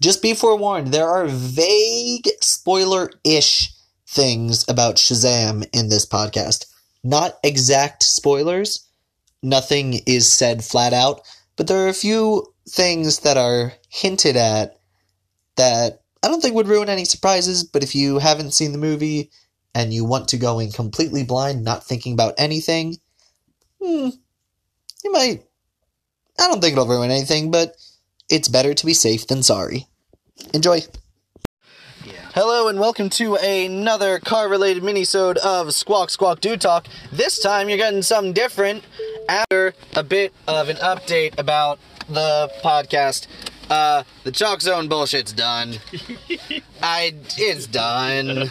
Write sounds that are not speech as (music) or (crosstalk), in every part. just be forewarned, there are vague spoiler ish things about Shazam in this podcast. Not exact spoilers. Nothing is said flat out, but there are a few things that are hinted at that I don't think would ruin any surprises, but if you haven't seen the movie and you want to go in completely blind, not thinking about anything, hmm, you might. I don't think it'll ruin anything, but it's better to be safe than sorry. Enjoy. Hello and welcome to another car-related minisode of Squawk Squawk Do Talk. This time you're getting something different after a bit of an update about the podcast. Uh, the chalk zone bullshit's done. I it's done.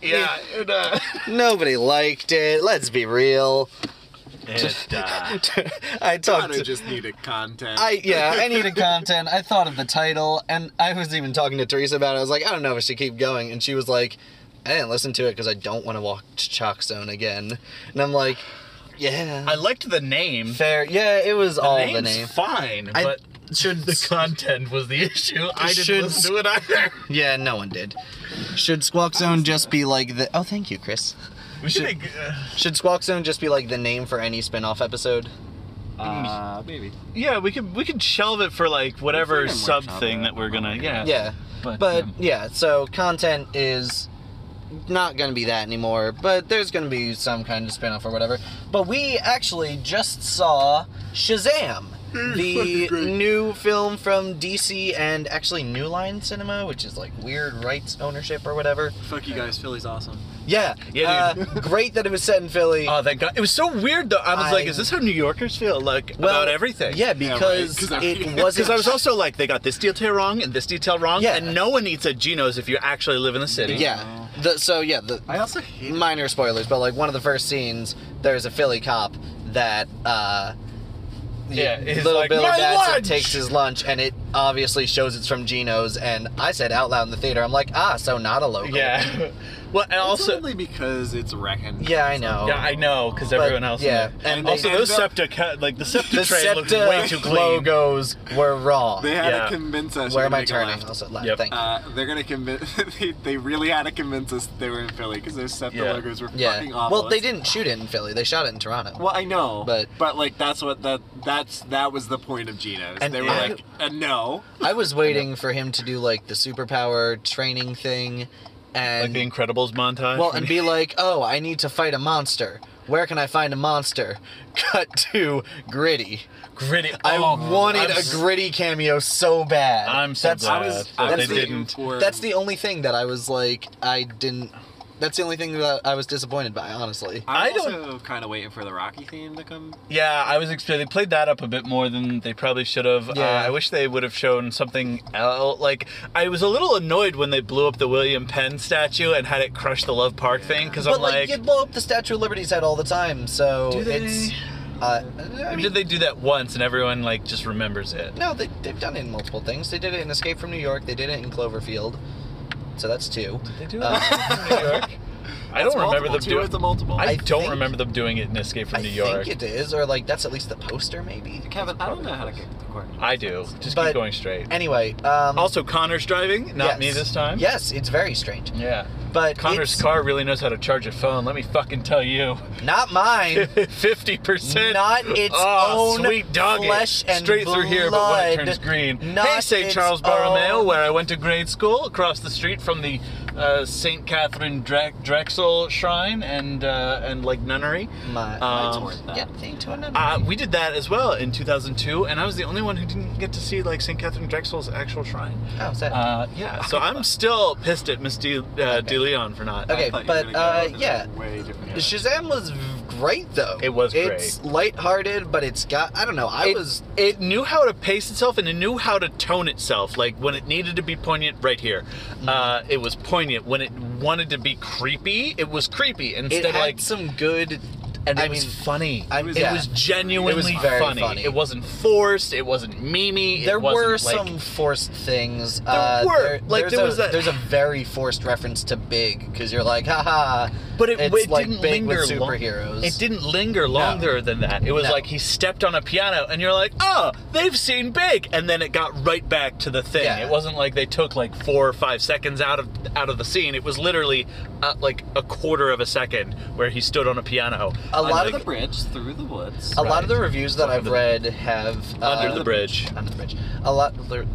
Yeah, and, uh, (laughs) Nobody liked it. Let's be real. (laughs) and (laughs) uh, I talked. I just needed content. (laughs) I yeah, I needed content. I thought of the title, and I was even talking to Teresa about it. I was like, I don't know if I should keep going, and she was like, I didn't listen to it because I don't want to watch Chalk Zone again. And I'm like, yeah, I liked the name. fair. Yeah, it was all the the name's name. fine, I but should the content was the (laughs) issue. I didn't Should- listen to (laughs) it either. yeah, no one did. Should Squawk Zone just be like the? Oh, thank you, Chris. We should. make, uh, Should Squawk Zone just be like the name for any spin-off episode? uh, maybe. yeah, we could we could shelve it for like whatever Freedom sub Workshop, thing uh, that we're gonna. Yeah. Yeah. But, But um, yeah, so content is not going to be that anymore, but there's going to be some kind of spin off or whatever. But we actually just saw Shazam, the new film from DC and actually New Line Cinema, which is like weird rights ownership or whatever. Fuck you guys, Philly's awesome. Yeah. Yeah, uh, great that it was set in Philly. Oh, thank God! It was so weird though. I was I- like, "Is this how New Yorkers feel like about everything?" Yeah, Yeah, right, because 'cause I- it (laughs) 'cause wasn't. Because I was also like, they got this detail wrong and this detail wrong, Yeah. and no one eats at Geno's if you actually live in the city. Yeah. The, so yeah, the I also hate. minor spoilers, but like one of the first scenes, there's a Philly cop that uh Yeah, he's little like, Billy "My Batson lunch!" takes his lunch, and it obviously shows it's from Gino's. And I said out loud in the theater, "I'm like, ah, so not a local." Yeah. (laughs) well, and Also, also, only because it's Reckon. yeah, I know. yeah, I know because Oh. But, everyone else. yeah, knew. and Also, they, those those septa ca- like the septa the tray looks SEPTA way too clean. logos were wrong. They had Yeah. to convince us. Where we're am I gonna make a turning? left. Also left. Yep. Thank you. Uh, they're gonna convince. (laughs) they, they really had to convince us they were in Philly because those SEPTA Yeah. logos were yeah. fucking awful. Well, they didn't shoot it in Philly. They shot it in Toronto. Well, I know, But- but like that's what that that's that was the point of Geno's. And they were I- like, uh, no, I was waiting for him to do like the superpower training thing, like and the Incredibles montage. Well, and be like, oh, I need to fight a monster. Where can I find a monster? (laughs) Cut to gritty. gritty. I Oh, wanted I'm a s- gritty cameo so bad. I'm so that's, glad I was. that I they was waiting didn't. For, That's the only thing that I was like, I didn't. That's the only thing that I was disappointed by, honestly. I'm I don't- also kind of waiting for the Rocky theme to come Yeah, I was expecting. They played that up a bit more than they probably should have. Yeah. Uh, I wish they would have shown something else. Like, I was a little annoyed when they blew up the William Penn statue and had it crush the Love Park thing because But I'm like, like, you blow up the Statue of Liberty's head all the time, so Do they? it's. Uh, I mean, did they do that once and everyone like just remembers it? no, they, they've done it in multiple things. They did it in Escape from New York. They did it in Cloverfield. So that's two. Did they do it Uh, in New York? (laughs) I don't remember multiple, them two doing. is the multiple. I, I don't think- remember them doing it in Escape from I New York. think it is, or like that's at least the poster, maybe. Kevin, I don't know how to get the coordinates. I do. Just But- keep going straight. Anyway, um, Also, Connor's driving, not me yes. this time. Yes, it's very strange, Yeah. but Connor's it's car really knows how to charge a phone. Let me fucking tell (laughs) you. not (laughs) mine. Fifty percent. Not its oh, own sweet dog flesh and straight through here, but when it blood, turns green. not hey, St. its Charles Borromeo, own- where I went to grade school, across the street from the uh, St. Catherine Dre- Drexel Shrine and uh, and like nunnery. My, Um, It's worth that. yeah, they to another. Uh, we did that as well in 2002, and I was the only one who didn't get to see like St. Catherine Drexel's actual shrine. oh, sad. Uh, yeah, so I'm still pissed at Miss De, uh, De Leon for not. Okay. I thought you but, were gonna go uh, with it yeah. way different. Shazam was v- great though. It was great. It's lighthearted, but it's got I don't know. I It- was It knew how to pace itself and it knew how to tone itself. Like when it needed to be poignant, right here, Mm-hmm. uh, it was poignant. When it wanted to be creepy, it was creepy. Instead, it had like some good and it I was mean, funny. I- it yeah. was genuinely It was very funny. funny. It wasn't forced. It wasn't memey. it There wasn't, were like- some forced things. uh, There were. Like, there's there a, was that- There's a very forced reference to Big because you're like, haha. But it, it's it like didn't Big linger with long- superheroes. It didn't linger longer than that. It was No. like he stepped on a piano, and you're like, "Oh, they've seen Big," and then it got right back to the thing. Yeah. It wasn't like they took like four or five seconds out of out of the scene. It was literally uh, like a quarter of a second where he stood on a piano. A lot of like, the bridge through the woods. A lot of Right. the reviews that I've the- read have uh, under the bridge. Under the bridge. A lot.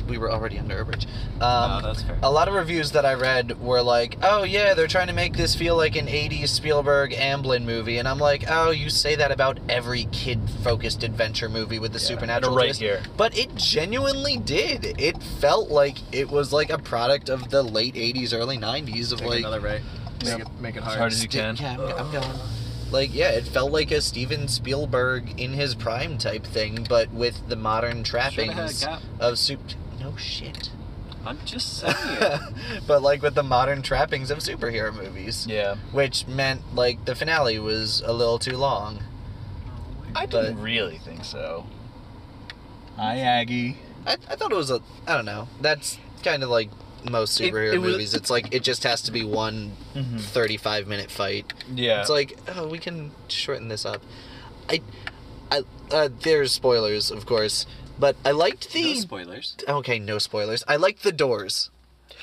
We were already under a bridge. Um, No, Oh, that's fair. A lot of reviews that I read were like, "Oh yeah, they're trying to make this feel like an '80s Spielberg Amblin movie," and I'm like, "Oh, you say that about every kid-focused adventure movie with the supernatural and right twist." here. But it genuinely did. It felt like it was like a product of the late '80s, early '90s of Take like another right. Make it, make it hard. hard as you Sti- can. Yeah, I'm, I'm going. Like, yeah, it felt like a Steven Spielberg in his prime type thing, but with the modern trappings had a gap. of soup. No shit. (laughs) I'm just saying. but like with the modern trappings of superhero movies, Yeah, which meant like the finale was a little too long. I But- didn't really think so. Hi, Aggie. I, I thought it was a I don't know. That's kind of like most It- superhero it was- Mm-hmm. movies. It's like it just has to be one 35 minute fight. Yeah, It's like, oh, we can shorten this up. I, I, uh, there's spoilers, of course, but I liked the. No spoilers. okay, no spoilers. I liked the doors.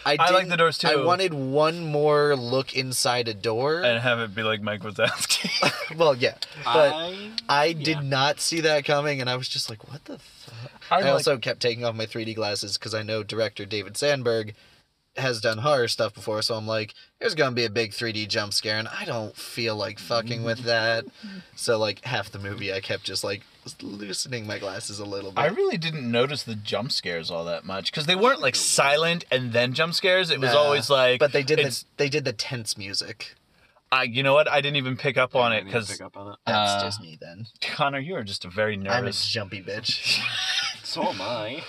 I like didn't- the doors, I too. wanted one more look inside a door. and have it be like Mike Wazowski. (laughs) well, yeah, but I, I, did yeah. not see that coming, and I was just like, what the. Fuck? I I, like- also kept taking off my 3D glasses because I know director David Sandberg has done horror stuff before, so I'm like, there's gonna be a big 3D jump scare, and I don't feel like fucking Mm-hmm. with that. so like half the movie, I kept just like loosening my glasses a little bit. I really didn't notice the jump scares all that much because they weren't like silent and then jump scares. It was Nah, always like, but they did it's- the, they did the tense music. I, you know what? I didn't even pick up on I it need to because pick up on it. That's Uh, just me then. Connor, you are just a very I'm a nervous. jumpy bitch. (laughs) (laughs) So am I.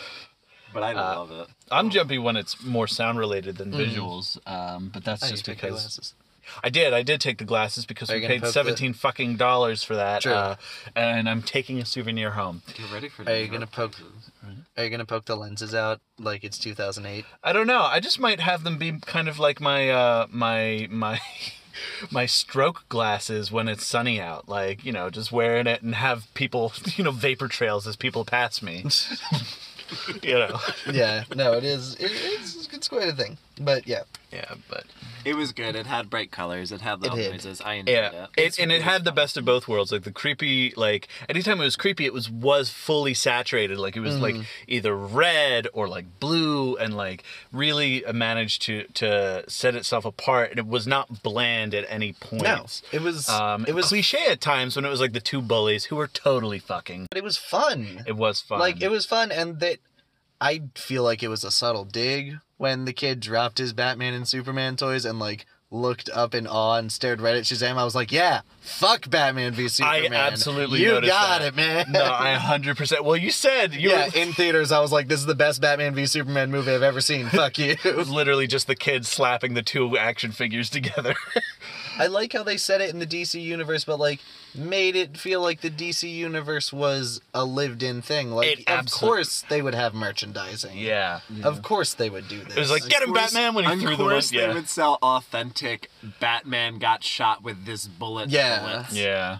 But I love it. I'm, jumpy when it's more sound related than visuals, um, but that's Mm-hmm. I just just take my because glasses. I did. I did take the glasses because Are we you gonna paid poke the- seventeen fucking dollars for that, True. uh, and I'm taking a souvenir home. Get ready for Are these you gonna poke? references. Are you gonna poke the lenses out like it's 2008? I don't know. I just might have them be kind of like my uh, my my (laughs) my stroke glasses when it's sunny out. Like you know, just wearing it and have people (laughs) you know vapor trails as people pass me. you know. yeah, no, it is. It, it's it's quite a thing, but yeah. Yeah, but It was good. It had bright colors. It had loud did. noises. I enjoyed yeah, it. it, and it had the best of both worlds. Like the creepy, like anytime it was creepy, it was was fully saturated. Like it was like either red or like blue, and like really managed to to set itself apart. And it was not bland at any point. No, it was. Um, it was. cliche at times when it was like the two bullies who were totally fucking. but it was fun. It was fun. Like it was fun, and that I feel like it was a subtle dig when the kid dropped his Batman and Superman toys and like looked up in awe and stared right at Shazam. I was like, yeah, fuck Batman v I Superman. absolutely you noticed got that. it, man. (laughs) No, I hundred percent. Well, you said you yeah, were in theaters, I was like, this is the best Batman v Superman movie I've ever seen. Fuck (laughs) you. it was literally just the kids slapping the two action figures together. (laughs) I like how they said it in the DC universe, but like made it feel like the DC universe was a lived-in thing. Like, It of absol- course they would have merchandising. yeah. Of course they would do this. It was like, get him, Batman, when he of threw the one. course Yeah. they would sell authentic Batman got shot with this bullet. Yeah. bullets. yeah.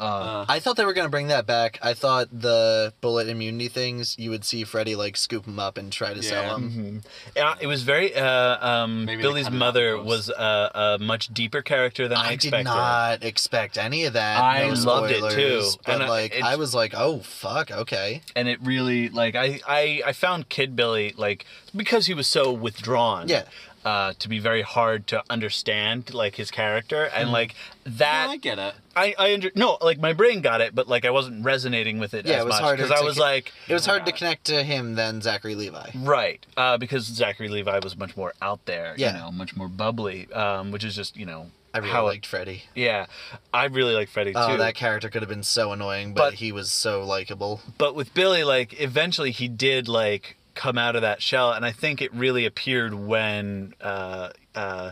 I thought they were gonna bring that back. I thought the bullet immunity things you would see Freddy like scoop them up and try to Yeah. sell them. Yeah, it was very. Uh, um, Maybe they Billy's cut it out mother close. was a, a much deeper character than I, I expected. did not expect any of that. I no loved it, spoilers, too. But And I- like, it- I was like, oh fuck, okay. and it really like I, I I found Kid Billy like because he was so withdrawn. Yeah. Uh, to be very hard to understand like his character and like Yeah, that I get it. I I under, no like my brain got it but like I wasn't resonating with it Yeah, as it was much harder because I to was ca- like It was hard to connect to him than Zachary Levi. Right, uh, because Zachary Levi was much more out there, Yeah. you know, much more bubbly, um, which is just you know I really how it- liked Freddy. yeah, I really like Freddy Oh, too. that character could have been so annoying, but, But- he was so likable. but with Billy, like eventually he did like come out of that shell, and I think it really appeared when uh, uh,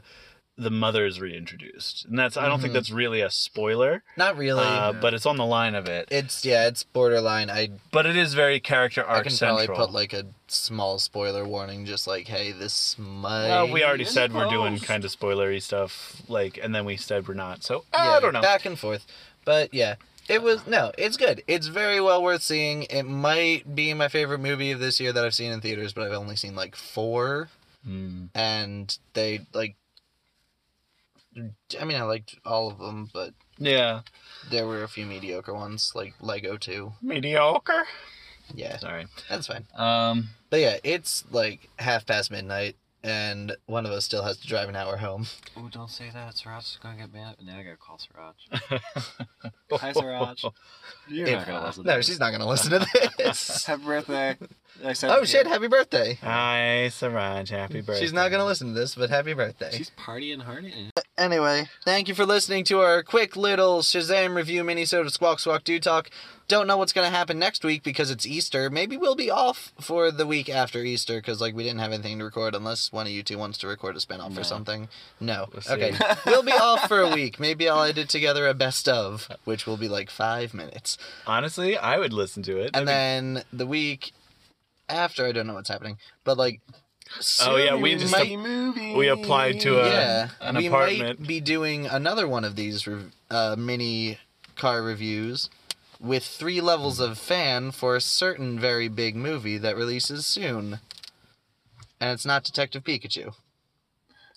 the mother is reintroduced, and that's I don't think that's really a spoiler, Not Mm-hmm. really. uh, but it's on the line of it. it's yeah, it's borderline. I But it is very character I arc can central. probably put like a small spoiler warning, just like hey, this might. well, Uh, we already in said we're doing post. kind of spoilery stuff, like, and then we said we're not. So Yeah, I don't know. Back and forth, but yeah, it was no, it's good. It's very well worth seeing. It might be my favorite movie of this year that I've seen in theaters, but I've only seen like four, Hmm. and they like. I mean, I liked all of them, but Yeah, there were a few mediocre ones, like Lego Two. mediocre. Yeah, Sorry. that's fine. Um, But yeah, it's like half past midnight, and one of us still has to drive an hour home. (laughs) Oh, don't say that. Sriracha's gonna get mad. Now I gotta call Sriracha. Hi, Sriracha. You're If- not gonna listen. no, to she's not gonna listen to (laughs) this. Happy birthday. I said oh it. shit! Happy birthday. hi, Saraj. Happy birthday. She's not gonna listen to this, but happy birthday. She's partying hardy. Anyway, thank you for listening to our quick little Shazam review minisode of Squawk Squawk Do Talk. Don't know what's gonna happen next week because it's Easter. Maybe we'll be off for the week after Easter because like we didn't have anything to record unless one of you two wants to record a spinoff or something. No. see. okay. we'll be off for a week. Maybe I'll edit together a best of, which will be like five minutes. Honestly, I would listen to it. And That'd then the week after I don't know what's happening. But like Oh, yeah, we soon just- might- movie. be- we applied to a yeah, an we apartment. might be doing another one of these rev- uh, mini car reviews with three levels of fan for a certain very big movie that releases soon, and it's not Detective Pikachu.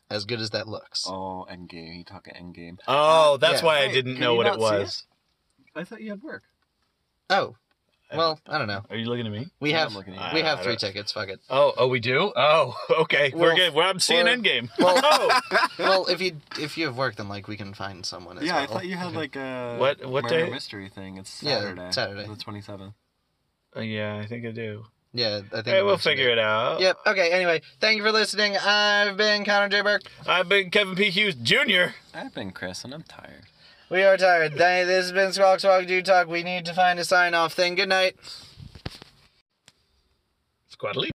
As good as that looks, Oh, Endgame. You talking Endgame? Oh, that's yeah. why I Wait, didn't can know you what it not see it? was. I thought you had work. oh, well, I don't know. Are you looking at me? We Yeah, have I'm looking at we you. have I three don't- tickets. Fuck (laughs) it. Oh, oh, we do. Oh, (laughs) okay. we're Well, good. Well, I'm seeing well- Endgame. well- (laughs) oh, well, if you if you have work, then like we can find someone. As yeah, well. I thought (laughs) you (laughs) had like uh, a What- what murder day? mystery thing. It's Yeah, Saturday. Saturday. The twenty seventh. Uh, yeah, I think I do. Yeah, I think Hey, we'll figure it out. Yep. Okay. Anyway, thank you for listening. I've been Connor J. Burke. I've been Kevin P. Hughes Jr. I've been Chris, and I'm tired. We are tired. Th- This has been Squawk Squawk Do Talk. We need to find a sign off thing. Good night. Squadly.